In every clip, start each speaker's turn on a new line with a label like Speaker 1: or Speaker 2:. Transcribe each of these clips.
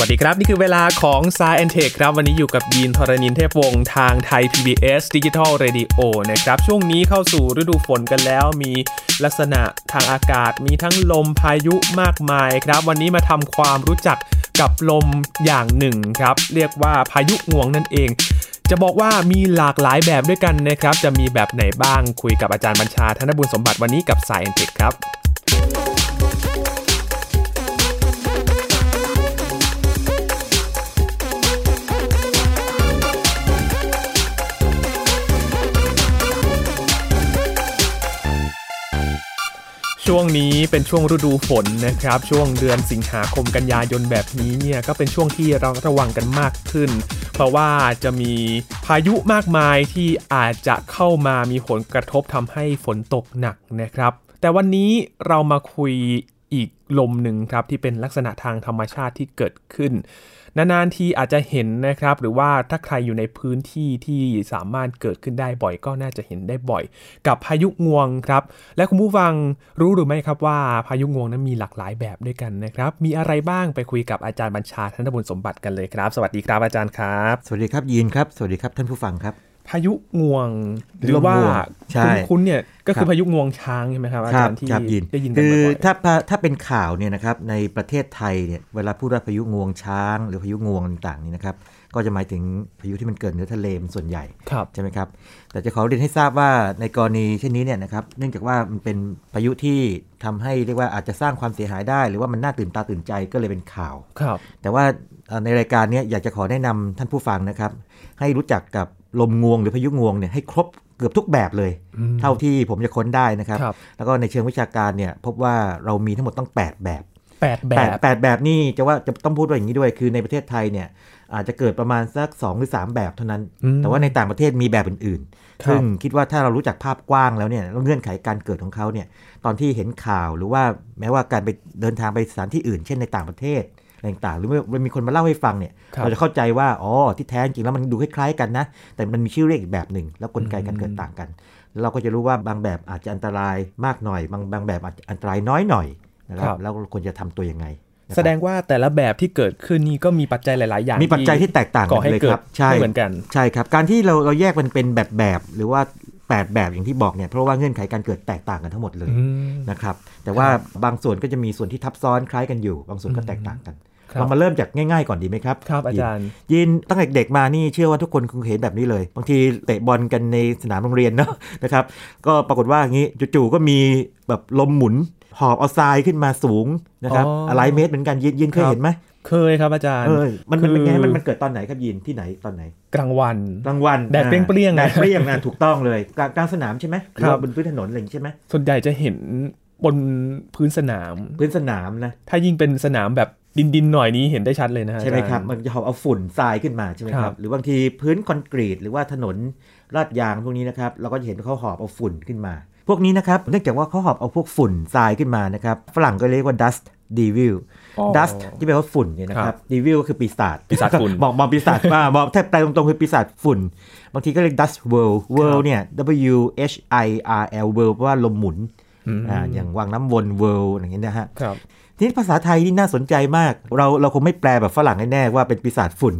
Speaker 1: วัสดีครับ นี่คือเวลาของ s ายแอนเทคครับ วันนี้อยู่กับยีนทรณินเทพวงศ์ทางไทย PBS Digital Radio นะครับ ช่วงนี้เข้าสู่ฤดูฝนกันแล้ว มีลักษณะทางอากาศ มีทั้งลมพายุมากมายครับ วันนี้มาทำความรู้จักกับลมอย่างหนึ่งครับ เรียกว่าพายุงวงนั่นเอง จะบอกว่ามีหลากหลายแบบด้วยกันนะครับ จะมีแบบไหนบ้างคุยกับอาจารย์บัญชาธนบุญสมบัติวันนี้กับสายแอนเทคครับ ช่วงนี้เป็นช่วงฤดูฝนนะครับ ช่วงเดือนสิงหาคมกันยายนแบบนี้เนี่ยก็เป็นช่วงที่เราระวังกันมากขึ้น เพราะว่าจะมีพายุมากมายที่อาจจะเข้ามามีผลกระทบทำให้ฝนตกหนักนะครับ แต่วันนี้เรามาคุยอีกลมหนึ่งครับที่เป็นลักษณะทางธรรมชาติที่เกิดขึ้น นานๆทีอาจจะเห็นนะครับ หรือว่าถ้าใครอยู่ในพื้นที่ที่สามารถเกิดขึ้นได้บ่อยก็น่าจะเห็นได้บ่อย กับพายุงวงครับ และคุณผู้ฟังรู้หรือไม่ครับว่าพายุงวงนั้นมีหลากหลายแบบด้วยกันนะครับ มีอะไรบ้างไปคุยกับอาจารย์บัญชาธนบุญสมบัติกันเลยครับ สวัสดีครับอาจารย์ครับ
Speaker 2: สวัสดีครับยีนครับ สวัสดีครับท่านผู้ฟังครับ
Speaker 1: พายุงวง หรือ
Speaker 2: ลม
Speaker 1: ว่าง
Speaker 2: วงใช่
Speaker 1: คุ้นๆเนี่ยก็คื
Speaker 2: ครั
Speaker 1: อบ พายุงวงช้างใช่ไหมครับอา
Speaker 2: ครั
Speaker 1: จารย์ที่
Speaker 2: ครับยีน
Speaker 1: ได้ยินกัน
Speaker 2: คือ
Speaker 1: บ่อยๆ
Speaker 2: ถ้าพะถ้าเป็นข่าวเนี่ยนะครับในประเทศไทยเนี่ยเวลาพูดว่าพายุงวงช้าง หรือพายุงวงต่างๆนี่นะครับก็จะหมายถึงพายุที่มันเกิดเหนือทะเลเป็นส่วนใหญ่
Speaker 1: ครับ
Speaker 2: ใช่ไหมครับแต่จะขอเรียนให้ทราบว่าในกรณีเช่นนี้เนี่ยนะครับเนื่องจากว่ามันเป็นพายุที่ทำให้เรียกว่าอาจจะสร้างความเสียหายได้ หรือว่ามันน่าตื่นตาตื่นใจก็เลยเป็นข่าว
Speaker 1: ครับ
Speaker 2: แต่ว่าเอ่อในรายการเนี้ยอยากจะขอแนะนำท่านผู้ฟังนะครับ ให้รู้จักกับลมงวงหรือพายุงวงเนี่ยให้ครบเกือบทุกแบบเลย
Speaker 1: อืม
Speaker 2: เท่าที่ผมจะค้นได้นะครับ
Speaker 1: ครับ
Speaker 2: แล้วก็ในเชิงวิชาการเนี่ยพบว่าเรามีทั้งหมดต้อง 8 แบบ
Speaker 1: แปดแบ
Speaker 2: แปด
Speaker 1: บ
Speaker 2: แปดแบบนี่จะว่าจะต้องพูดว่าอย่างนี้ด้วย คือในประเทศไทยเนี่ยอาจจะเกิดประมาณสัก 2 หรือ 3 แบบเท่านั้น
Speaker 1: อืม
Speaker 2: แต่ว่าในต่างประเทศมีแบบอื่น
Speaker 1: ครับ
Speaker 2: ๆ ซึ่งคิดว่าถ้าเรารู้จักภาพกว้างแล้วเนี่ยแล้วเงื่อนไขการเกิดของเขาเนี่ยตอนที่เห็นข่าวหรือว่าแม้ว่าการไปเดินทางไปสถานที่อื่น เช่นในต่างประเทศอะไรต่างๆหรือว่ามีคนมาเล่าให้ฟังเนี่ย
Speaker 1: ครับ
Speaker 2: เราจะเข้าใจว่าอ๋อที่แท้จริงแล้วมันดูคล้ายๆกันนะ แต่มันมีชื่อเรียกอีกแบบหนึ่ง แล้วกลไกการเกิดต่างกันแล้วเราก็จะรู้ว่าบางแบบอาจจะอันตรายมากหน่อย บางบางแบบอาจจะอันตรายน้อยหน่อยนะค
Speaker 1: ครั
Speaker 2: รับ
Speaker 1: บ
Speaker 2: แล้วควรจะทำตัวยังไงนะครับ
Speaker 1: แสดงว่าแต่ละแบบที่เกิดขึ้นนี่ก็มีปัจจัยหลาย ๆ อย่าง
Speaker 2: มีปัจจัยที่แตกต่าง
Speaker 1: ก่อ
Speaker 2: กั
Speaker 1: ให้
Speaker 2: นเลย
Speaker 1: เกิ
Speaker 2: ค
Speaker 1: ด
Speaker 2: รับใช่
Speaker 1: ไม่เหมือนกัน
Speaker 2: ใช่ครับ การที่เราเราแยกมันเป็นแบบแบบหรือว่า 8 แบบอย่างที่บอกเนี่ยเพราะว่าเงื่อนไขการเกิดแตกต่างกันทั้งหมดเลย
Speaker 1: อืม
Speaker 2: นะครับแต่ว่าบางส่วนก็จะมีส่วนที่ทับซ้อนคล้ายกันอยู่ บางส่วนก็แตกต่างกัน
Speaker 1: ครับ
Speaker 2: เรามาเริ่มจากง่ายๆก่อนดีไหมครับ
Speaker 1: ครับอาจารย์
Speaker 2: ยินตั้งแต่เด็กมานี่เชื่อว่าทุกคนคงเห็นแบบนี้เลย บางทีเตะบอลกันในสนามโรงเรียนเนาะ นะครับ ก็ปรากฏว่าอย่างนี้จู่ๆก็มีแบบลมหมุน หอบเอาทรายขึ้นมาสูงนะครับ
Speaker 1: อ๋ออ
Speaker 2: หลายเมตรเหมือนกันยินยินเคยเห็นไหม
Speaker 1: เคยครับอาจารย์
Speaker 2: เออมันมันเป็นไง
Speaker 1: คือ
Speaker 2: มันมันเกิดตอนไหนครับยินที่ไหนตอนไหน
Speaker 1: กลางวัน
Speaker 2: กลางวัน
Speaker 1: แดด
Speaker 2: อ่า
Speaker 1: เปรี้ยงๆ
Speaker 2: แด
Speaker 1: นะ
Speaker 2: ดเปรี้ยงนะถูกต้องเลยกลางกลางสนามใช่ไหมหอ
Speaker 1: ครั
Speaker 2: ว่า
Speaker 1: บ
Speaker 2: บนพื้นถนนอะไรอย่างนี้ใช่ไหม
Speaker 1: ส่วนใหญ่จะเห็นบนพื้นสนาม
Speaker 2: พื้นสนามนะ
Speaker 1: ถ้ายิ่งเป็นสนามแบบดินดินๆหน่อยนี้เห็นได้ชัดเลยนะฮะ
Speaker 2: ใช่ไหมครับ
Speaker 1: อาจา
Speaker 2: มันจะหอบเอาฝุ่นทรายขึ้นมาใช่ไหมค
Speaker 1: ครั
Speaker 2: รับบ หรือบางทีพื้นคอนกรีตหรือว่าถนน ลาดยางพวกนี้นะครับเราก็จะเห็นว่าเขาหอบเอาฝุ่นขึ้นมา พวกนี้นะครับเนื่องจากว่าเขาหอบเอาพวกฝุ่นทรายขึ้นมานะครับฝรั่งก็เรียกว่า dust devil
Speaker 1: อ๋อ
Speaker 2: dust ที่แปลว่าฝุ่นเนี่ยนะค
Speaker 1: ครั
Speaker 2: รับ บ devil ก็คือปีศาจ
Speaker 1: ปีศาจฝุ่น
Speaker 2: มองมองปีศาจ มามองแทบแปลตรงๆคือปีศาจฝุ่น บางทีก็เรียก dust whirl
Speaker 1: ครั
Speaker 2: whirl
Speaker 1: บ
Speaker 2: เนี่ย w h i r l whirl แปลว่าลมหมุน
Speaker 1: อืม
Speaker 2: อ่าอย่างวังน้ำวน whirl อย่างเงี้ยนะฮะ
Speaker 1: ครับ
Speaker 2: ทีนี้ภาษาไทยนี่น่าสนใจมาก เราเราคงไม่แปลแบบฝรั่งแน่ๆว่าเป็นปีศาจฝุ่น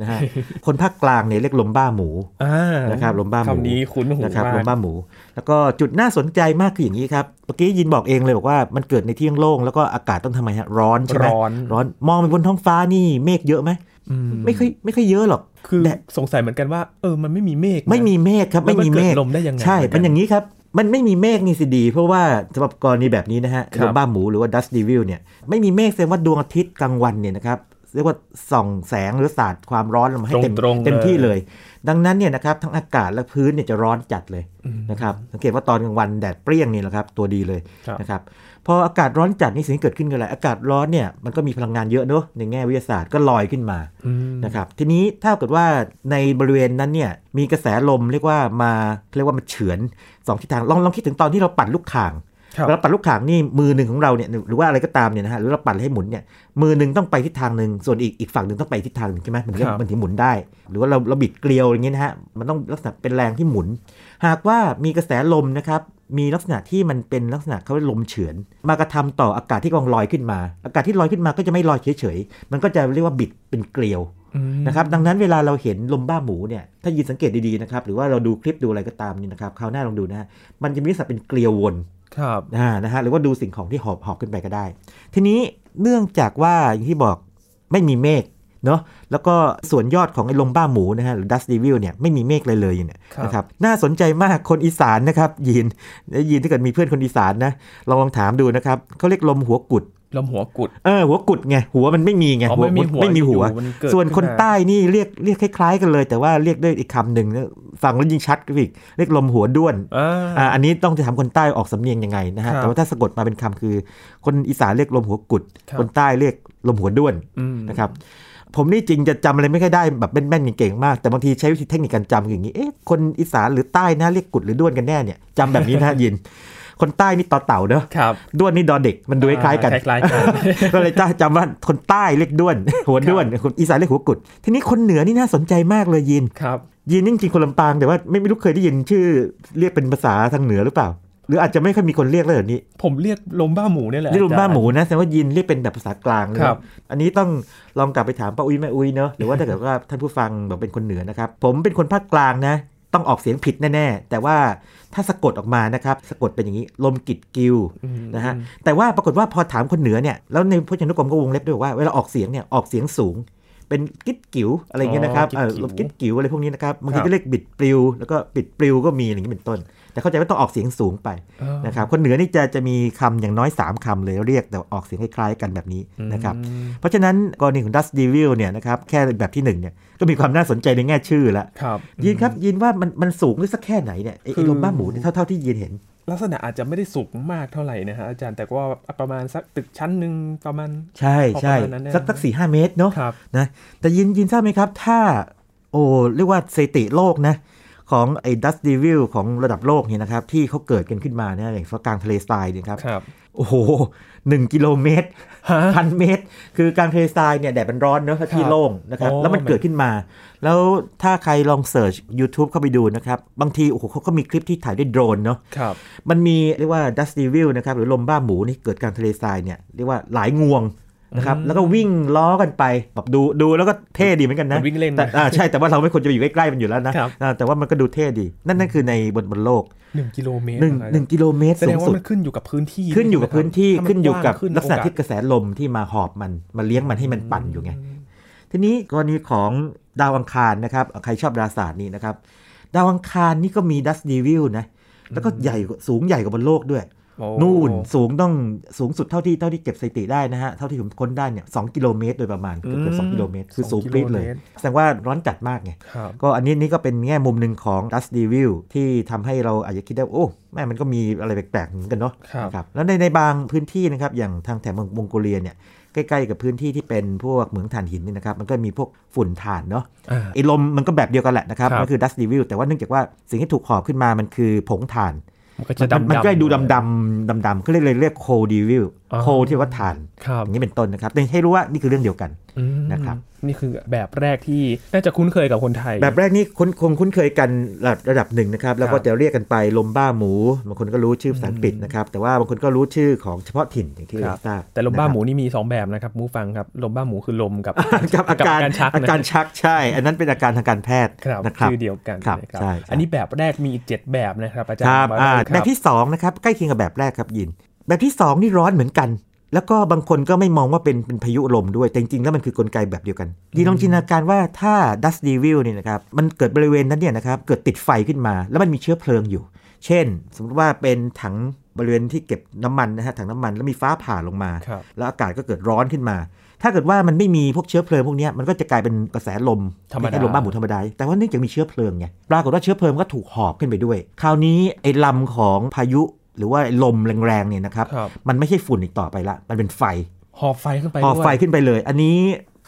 Speaker 2: นะ ฮะ คนภาคกลางเนี่ยเรียกลมบ้าหมู
Speaker 1: อ่า
Speaker 2: นะครับลมบ้าหมู
Speaker 1: คำนี้คุ้นหู
Speaker 2: นะครับลม
Speaker 1: มาก
Speaker 2: บ้าหมู แล้วก็จุดน่าสนใจมากคืออย่างนี้ครับเมื่อกี้ยินบอกเองเลยบอกว่ามันเกิดในที่โล่งๆแล้วก็อากาศต้องทำไมฮะร้อนใช่ไหม
Speaker 1: ร้อน
Speaker 2: ร้อนมองไปบนท้องฟ้านี่เมฆเยอะไหม
Speaker 1: อืม
Speaker 2: ไม่ค่อยไม่ค่อยเยอะหรอก
Speaker 1: คือ
Speaker 2: แดด
Speaker 1: สงสัยเหมือนกันว่า เออมันไม่มีเมฆนะ
Speaker 2: ไม่มีเมฆครับ
Speaker 1: แล้ว
Speaker 2: ไม่
Speaker 1: มัน
Speaker 2: มีเมฆ
Speaker 1: เกิดลมได้ยังไง
Speaker 2: ใช่
Speaker 1: เหมือนกัน
Speaker 2: มันอย่างนี้ครับ มันไม่มีเมฆนี่สิดี เพราะว่าสำหรับกรณีแบบนี้นะฮะ
Speaker 1: ครับ
Speaker 2: ลมบ้าหมูหรือว่า dust devil เนี่ยไม่มีเมฆแสดงว่าดวงอาทิตย์กลางวันเนี่ยนะครับเรียกว่าส่องแสงหรือสาดความร้อนลงมาให้เต็ม
Speaker 1: ตรงๆ
Speaker 2: เต็มที่
Speaker 1: เลย
Speaker 2: เลย ดังนั้นเนี่ยนะครับทั้งอากาศและพื้นเนี่ยจะร้อนจัดเลยนะครับสังเกตว่าตอนกลางวันแดดเปรี้ยงนี่แหละครับตัวดีเลย
Speaker 1: ครับ
Speaker 2: นะครับพออากาศร้อนจัดนี่สิ่งที่เกิดขึ้นคืออะไรอากาศร้อนเนี่ยมันก็มีพลังงานเยอะเนอะในแง่วิทยาศาสตร์ก็ลอยขึ้นมา
Speaker 1: อืม
Speaker 2: นะครับทีนี้ถ้าเกิดว่าในบริเวณนั้นเนี่ยมีกระแสลมเรียกว่ามาเรียกว่ามาเฉือนสองทิศทางลองลองคิดถึงตอนที่เราปั่นลูกข่าง
Speaker 1: ครับ
Speaker 2: เราปั่นลูกข่างนี่มือหนึ่งของเราเนี่ยหรือว่าอะไรก็ตามเนี่ยนะฮะหรือเราปั่นให้หมุนเนี่ยมือหนึ่งต้องไปทิศทางหนึ่งส่วนอีกอีกฝั่งหนึ่งต้องไปทิศทางหนึ่งใช่ไหมมันถึง
Speaker 1: ครับ
Speaker 2: มันถึงหมุนได้ หรือว่าเราเราบิดเกลียวอย่างเงี้ยนะฮะมันต้องลักษณะเป็นแรงที่หมุน หากว่ามีกระแสลมนะครับ มีลักษณะที่มันเป็นลักษณะเขาเรียกลมเฉือน มากระทำต่ออากาศที่กำลังลอยขึ้นมา อากาศที่ลอยขึ้นมาก็จะไม่ลอยเฉยๆ มันก็จะเรียกว่าบิดเป็นเกลียว
Speaker 1: อืม
Speaker 2: นะครับดังนั้นเวลาเราเห็นลมบ้าหมูเนี่ยถ้ายินสังเกตดีๆนะครับหรือว่าเราดูคลิปดูอะไรก็ตามนี่นะครับคราวหน้าลองดูนะฮะมันจะมีลักษณะเป็นเกลียววน
Speaker 1: ครับ
Speaker 2: อ่านะฮะหรือว่าดูสิ่งของที่หอบหอบขึ้นไปก็ได้ ทีนี้เนื่องจากว่าอย่างที่บอกไม่มีเมฆเนาะแล้วก็ส่วนยอดของไอ้ลมบ้าหมูนะฮะหรือดัสดีวิลเนี่ยไม่มีเมฆเลยเลยเนี่ยนะครับน่าสนใจมากคนอีสานนะครับยีนยีนถ้าเกิดมีเพื่อนคนอีสานนะลองลองถามดูนะครับเขาเรียกลมหัวกุด
Speaker 1: ลำหัวกุด
Speaker 2: เออหัวกุดไงหัวมันไม่มีไง
Speaker 1: อ๋อไม่มีหัว
Speaker 2: ไม่มีหัว
Speaker 1: อยู่นเกิด
Speaker 2: ส่วน
Speaker 1: ขึ้
Speaker 2: คน
Speaker 1: มา
Speaker 2: ใต้นี่เรียกเรียกคล้ายๆกันเลย แต่ว่าเรียกด้วยอีกคำหนึ่งนะฟังแล้วยิ่งชัดกว่าอีกเรียกลมหัวด้วน
Speaker 1: อ่า
Speaker 2: อ่าอันนี้ต้องจะถามคนใต้ออกสำเนียงยังไงนะ
Speaker 1: ครับ
Speaker 2: ฮะแต่ว่าถ้าสะกดมาเป็นคำคือ คนอีสานเรียกลมหัวกุด
Speaker 1: ครับ
Speaker 2: คนใต้เรียกลมหัวด้วน
Speaker 1: อืม
Speaker 2: นะครับผมนี่จริงจะจำอะไรไม่ค่อยได้แบบแม่นๆเก่งๆมาก แต่บางทีใช้วิธีเทคนิคการจำคืออย่างนี้เอ๊ะคนอีสานหรือใต้นะเรียกกุดหรือด้วนกันแน่เนี่ยจำแบบนี้นะ ยิน คนใต้นี่ต่อเต่าเนอะ
Speaker 1: ครับ
Speaker 2: ด้วนนี่ดอเด็กมันดูคล้ายๆกัน
Speaker 1: คล้ายๆกัน
Speaker 2: ก็เลยจ้าจำว่าคนใต้เรียก ด้วน หัวด้วนคนอีสานเรียกหัวกุด ทีนี้คนเหนือนี่น่าสนใจมากเลยยิน
Speaker 1: ครับ
Speaker 2: ยินจริงๆคนลำปางแต่ว่าไม่ไม่รู้เคยได้ยินชื่อเรียกเป็นภาษาทางเหนือหรือเปล่า หรืออาจจะไม่ค่อยมีคนเรียกเลยเดี๋ยวนี้
Speaker 1: ผมเรียกลมบ้าหมูเนี่ยแหละ
Speaker 2: เรียกรวมบ้า
Speaker 1: อจย์
Speaker 2: หมูนะแสดงว่ายินเรียกเป็นแบบภาษากลางเลย
Speaker 1: ครับ
Speaker 2: อันนี้ต้องลองกลับไปถามป้าอุ้ยแม่อุ้ยเนอะหรือว่าถ้าเกิดว่าท่านผู้ฟังแบบเป็นคนเหนือนะครับผมเป็นคนภาคกลางนะ ต้องออกเสียงผิดแน่ๆแต่ว่าถ้าสะกดออกมานะครับสะกดเป็นอย่างนี้ลมกิดกิว
Speaker 1: อืม
Speaker 2: นะฮะแต่ว่าปรากฏว่าพอถามคนเหนือเนี่ยแล้วในพจนานุกรมก็วงเล็บด้วยบอกว่าเวลาออกเสียงเนี่ยออกเสียงสูง เป็นกิ๊ดกิ๋วอะไรเงี้ยนะครับเออลมกิ๊ดกิ๋วอะไรพวกนี้นะครับบางทีก็เรียกบิดปลิว แล้วก็บิดปลิวก็มีอะไรเงี้ยเป็นต้น แต่เข้าใจว่าต้องออกเสียงสูงไป
Speaker 1: เออ
Speaker 2: นะครับคนเหนือนี่จะจะมีคำอย่างน้อย 3คำเลยเรียกแต่ออกเสียงคล้ายๆกันแบบนี้นะครับ
Speaker 1: อืม
Speaker 2: เพราะฉะนั้นกรณีของดัสดีวิลเนี่ยนะครับแค่แบบที่หนึ่งเนี่ยก็มีความน่าสนใจในแง่ชื่อละ
Speaker 1: ครับ
Speaker 2: ยินครับยินว่ามันมันสูงหรือสักแค่ไหนเนี่ยไอ้ไอ้ลมบ้าหมูเนี่ยเท่าๆที่ยินเห็น
Speaker 1: ลักษณะอาจจะไม่ได้สูงมากเท่าไหร่นะฮะอาจารย์แต่ว่าประมาณสักตึกชั้นหนึ่งประมาณ
Speaker 2: ใช่ใช่
Speaker 1: พอประมาณนั้นเนี่ย
Speaker 2: สักสักสี่ห้าเมตรเนาะ
Speaker 1: ครับ
Speaker 2: นะแต่ยินยินทราบไหมครับ ถ้าโอ้เรียกว่าสถิติโลกนะ ของไอ้ดัสดีวิลของระดับโลกเนี่ยนะครับ ที่เขาเกิดกันขึ้นมาเนี่ยอย่างกลางทะเลทรายเนี่ยครับ
Speaker 1: ครับ
Speaker 2: โอ้โหหนึ่งกิโลเมตร
Speaker 1: ฮะ
Speaker 2: พันเมตร คือกลางทะเลทรายเนี่ยแดดมันร้อนเนอะที่โล่งนะครับ
Speaker 1: โอ้
Speaker 2: แล้วมันเกิดขึ้นมา แล้วถ้าใครลองเสิร์ช YouTube เข้าไปดูนะครับ บางทีโอ้โหเขาก็มีคลิปที่ถ่ายด้วยโดรนเนาะ
Speaker 1: ครับ
Speaker 2: มันมีเรียกว่าดัสตีวิลนะครับหรือลมบ้าหมูนี่เกิดกลารทะเลทรายเนี่ยเรียกว่าหลายงวงนะครับ
Speaker 1: อืม
Speaker 2: แล้วก็วิ่งล้อกันไปแบบดูดูแล้วก็เท่ดีเหมือนกันนะ
Speaker 1: มันวิ่งเล่นนะ
Speaker 2: แต่อ่าใช่แต่ว่าเราไม่ควรจะไปอยู่ใกล้ๆมันอยู่แล้วนะครับ อ่าแต่ว่ามันก็ดูเท่ดี นั่นนั่นคือในบนบนโลก
Speaker 1: หนึ่งกิโลเมตร
Speaker 2: หนึ่ง
Speaker 1: อะไร
Speaker 2: หนึ่งกิโลเมตร
Speaker 1: แสดง
Speaker 2: สูง
Speaker 1: ว่า
Speaker 2: สุด
Speaker 1: มันขึ้นอยู่กับพื้นที่
Speaker 2: ขึ้นอยู่กับพื้นที่
Speaker 1: ถ้ามั
Speaker 2: ขึ้นอยู่กับ
Speaker 1: ว้างขึ้น
Speaker 2: ลักษณะ
Speaker 1: โอา
Speaker 2: ที่กระแสลมที่มาหอบมันมาเลี้ยงมันให้มันปั่นอยู่ไง ทีนี้กรณีของดาวอังคารนะครับ ใครชอบดาราศาสตร์นี่นะครับ ดาวอังคารนี่ก็มีดัสดีวิลนะแล้วก็ใหญ่กว่าสูงใหญ่กว่าบนโลกด้วย
Speaker 1: โอ้
Speaker 2: นู่นสูงต้องสูงสุดเท่าที่เท่าที่เก็บสถิติได้นะฮะ เท่าที่ผมค้นได้เนี่ยสองกิโลเมตรโดยประมาณ เกือบเกือบสอง
Speaker 1: อืม
Speaker 2: กิโลเมตร คือ
Speaker 1: สอง
Speaker 2: สูงปรี๊ดเลย
Speaker 1: กิโลเมตร
Speaker 2: แสดงว่าร้อนจัดมากไง
Speaker 1: ครับ
Speaker 2: ก็อันนี้นี่ก็เป็นแง่มุมหนึ่งของ Dust Devil ที่ทำให้เราอาจจะคิดได้ว่าโอ้ แม่มันก็มีอะไรแปลกๆเหมือนกันเนาะ
Speaker 1: ครับ
Speaker 2: ครับแล้วในในบางพื้นที่นะครับอย่างทางแถบเมืองมองโกเลียเนี่ยใกล้ๆกับพื้นที่ที่เป็นพวกเหมืองถ่านหินนี่นะครับมันก็มีพวกฝุ่นถ่านเนาะ
Speaker 1: อ่า
Speaker 2: ไอ้ลมมันก็แบบเดียวกันแหละนะครับ
Speaker 1: ครับ
Speaker 2: มันคือดัสดีวิลแต่ว่าเนื่องจากว่าสิ่งที่ถูกหอบขึ้นมามันคือผงถ่าน
Speaker 1: มันก็จะ
Speaker 2: มัน
Speaker 1: ดำๆ
Speaker 2: มันก็เลยดูดำดำดำดำๆเขาเรียกเลยเรียกโคดีวิล
Speaker 1: อ๋อ
Speaker 2: โคที่ว่าถ่าน
Speaker 1: ครับ
Speaker 2: อย่างนี้เป็นต้นนะครับแต่ให้รู้ว่านี่คือเรื่องเดียวกัน
Speaker 1: อืม
Speaker 2: นะครับ
Speaker 1: นี่คือแบบแรกที่น่าจะคุ้นเคยกับคนไทย
Speaker 2: แบบแรกนี่คุ้นคงคุ้นเคยกันระดับระดับหนึ่งนะครับแล้วก็
Speaker 1: ครับ
Speaker 2: จะเรียกกันไปลมบ้าหมูบางคนก็รู้ชื่อภาษาอังกฤษนะครับแต่ว่าบางคนก็รู้ชื่อของเฉพาะถิ่นอย่างที่
Speaker 1: ครั
Speaker 2: เรา
Speaker 1: บ
Speaker 2: ทราบ
Speaker 1: แต่ลมบ้า
Speaker 2: นะครับ
Speaker 1: หมูนี่มี 2 แบบนะครับมูฟังครับลมบ้าหมูคือลมกับ
Speaker 2: กับอาการ
Speaker 1: กับอาการชักนะ
Speaker 2: อาการชักใช่ อันนั้นเป็นอาการทางการแพทย์
Speaker 1: ครับ
Speaker 2: นะครับ
Speaker 1: ชื่อเดียวกัน
Speaker 2: ครับ
Speaker 1: นะ
Speaker 2: ใช่ใช่
Speaker 1: อันนี้แบบแรกมีอีกเจ็ดแบบนะครับอาจาร
Speaker 2: ค
Speaker 1: ย์
Speaker 2: รับ
Speaker 1: มา
Speaker 2: อ่า
Speaker 1: เล่าครั
Speaker 2: แบบที่สองนะครับใกล้เคียงกับแบบแรกครับยิน แบบที่สองนี่ร้อนเหมือนกัน แล้วก็บางคนก็ไม่มองว่าเป็นเป็นพายุลมด้วยแต่จริงๆแล้วมันคือกลไกแบบเดียวกันยินลองจินตนาการว่าถ้าดัสดีวิลเนี่ยนะครับมันเกิดบริเวณนั้นเนี่ยนะครับเกิดติดไฟขึ้นมา แล้วมันมีเชื้อเพลิงอยู่ เช่น สมมติว่าเป็นถังบริเวณที่เก็บน้ำมันนะฮะถังน้ำมันแล้วมีฟ้าผ่าลงมา
Speaker 1: ครับ
Speaker 2: แล้วอากาศก็เกิดร้อนขึ้นมา ถ้าเกิดว่ามันไม่มีพวกเชื้อเพลิงพวกเนี้ยมันก็จะกลายเป็นกระแสลม
Speaker 1: ธรรมดา
Speaker 2: คล้ยๆลมบ้าหมูธรรมดา แต่ว่าเนื่องจากมีเชื้อเพลิงไง ปรากฏว่าเชื้อเพลิงก็ถูกหอบขึ้นไปด้วย คราวนี้ไอ้ลำของพายุหรือว่าไอ้ลมแรงๆเนี่ยนะครับ
Speaker 1: ครับ
Speaker 2: มันไม่ใช่ฝุ่นอีกต่อไปละ มันเป็นไฟ
Speaker 1: หอบไฟขึ้นไป
Speaker 2: พอ
Speaker 1: ด้วย
Speaker 2: ไฟขึ้นไปเลย อันนี้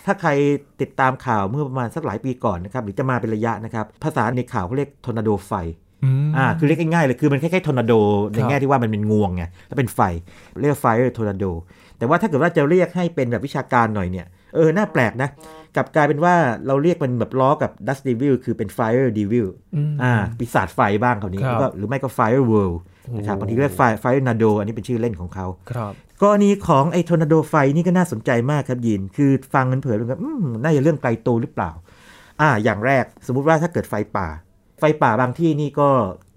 Speaker 2: ถ้าใครติดตามข่าวเมื่อประมาณสักหลายปีก่อนนะครับ หรือจะมาเป็นระยะนะครับ ภาษาในข่าวเขาเรียกทอร์นาโดไฟ
Speaker 1: อืม
Speaker 2: อ่า คือเรียกง่ายๆเลย คือมันคล้ายๆทอร์นาโด ในแง่ที่ว่ามันเป็นงวงไง แล้วเป็นไฟ เรียกไฟทอร์นาโด แต่ว่าถ้าเกิดว่าจะเรียกให้เป็นแบบวิชาการหน่อยเนี่ย เออ น่าแปลกนะ กลับกลายเป็นว่าเราเรียกมันแบบล้อกับ Dust Devil คือเป็น Fire Devil
Speaker 1: อืม
Speaker 2: อ่า ปีศาจไฟบ้างคราวนี้
Speaker 1: ครับ
Speaker 2: แล้วก็หรือไม่ก็ Fire World นะครับบางทีเรียกไฟไฟนาโดอันนี้เป็นชื่อเล่นของเขา
Speaker 1: ครับ
Speaker 2: กรณีของไอ้ทอร์นาโดไฟนี่ก็น่าสนใจมากครับยิน คือฟังกันเผยๆมันก็อืมน่าจะเรื่องไกลตัวหรือเปล่า อ่า อย่างแรกสมมุติว่าถ้าเกิดไฟป่า ไฟป่าบางที่นี่ก็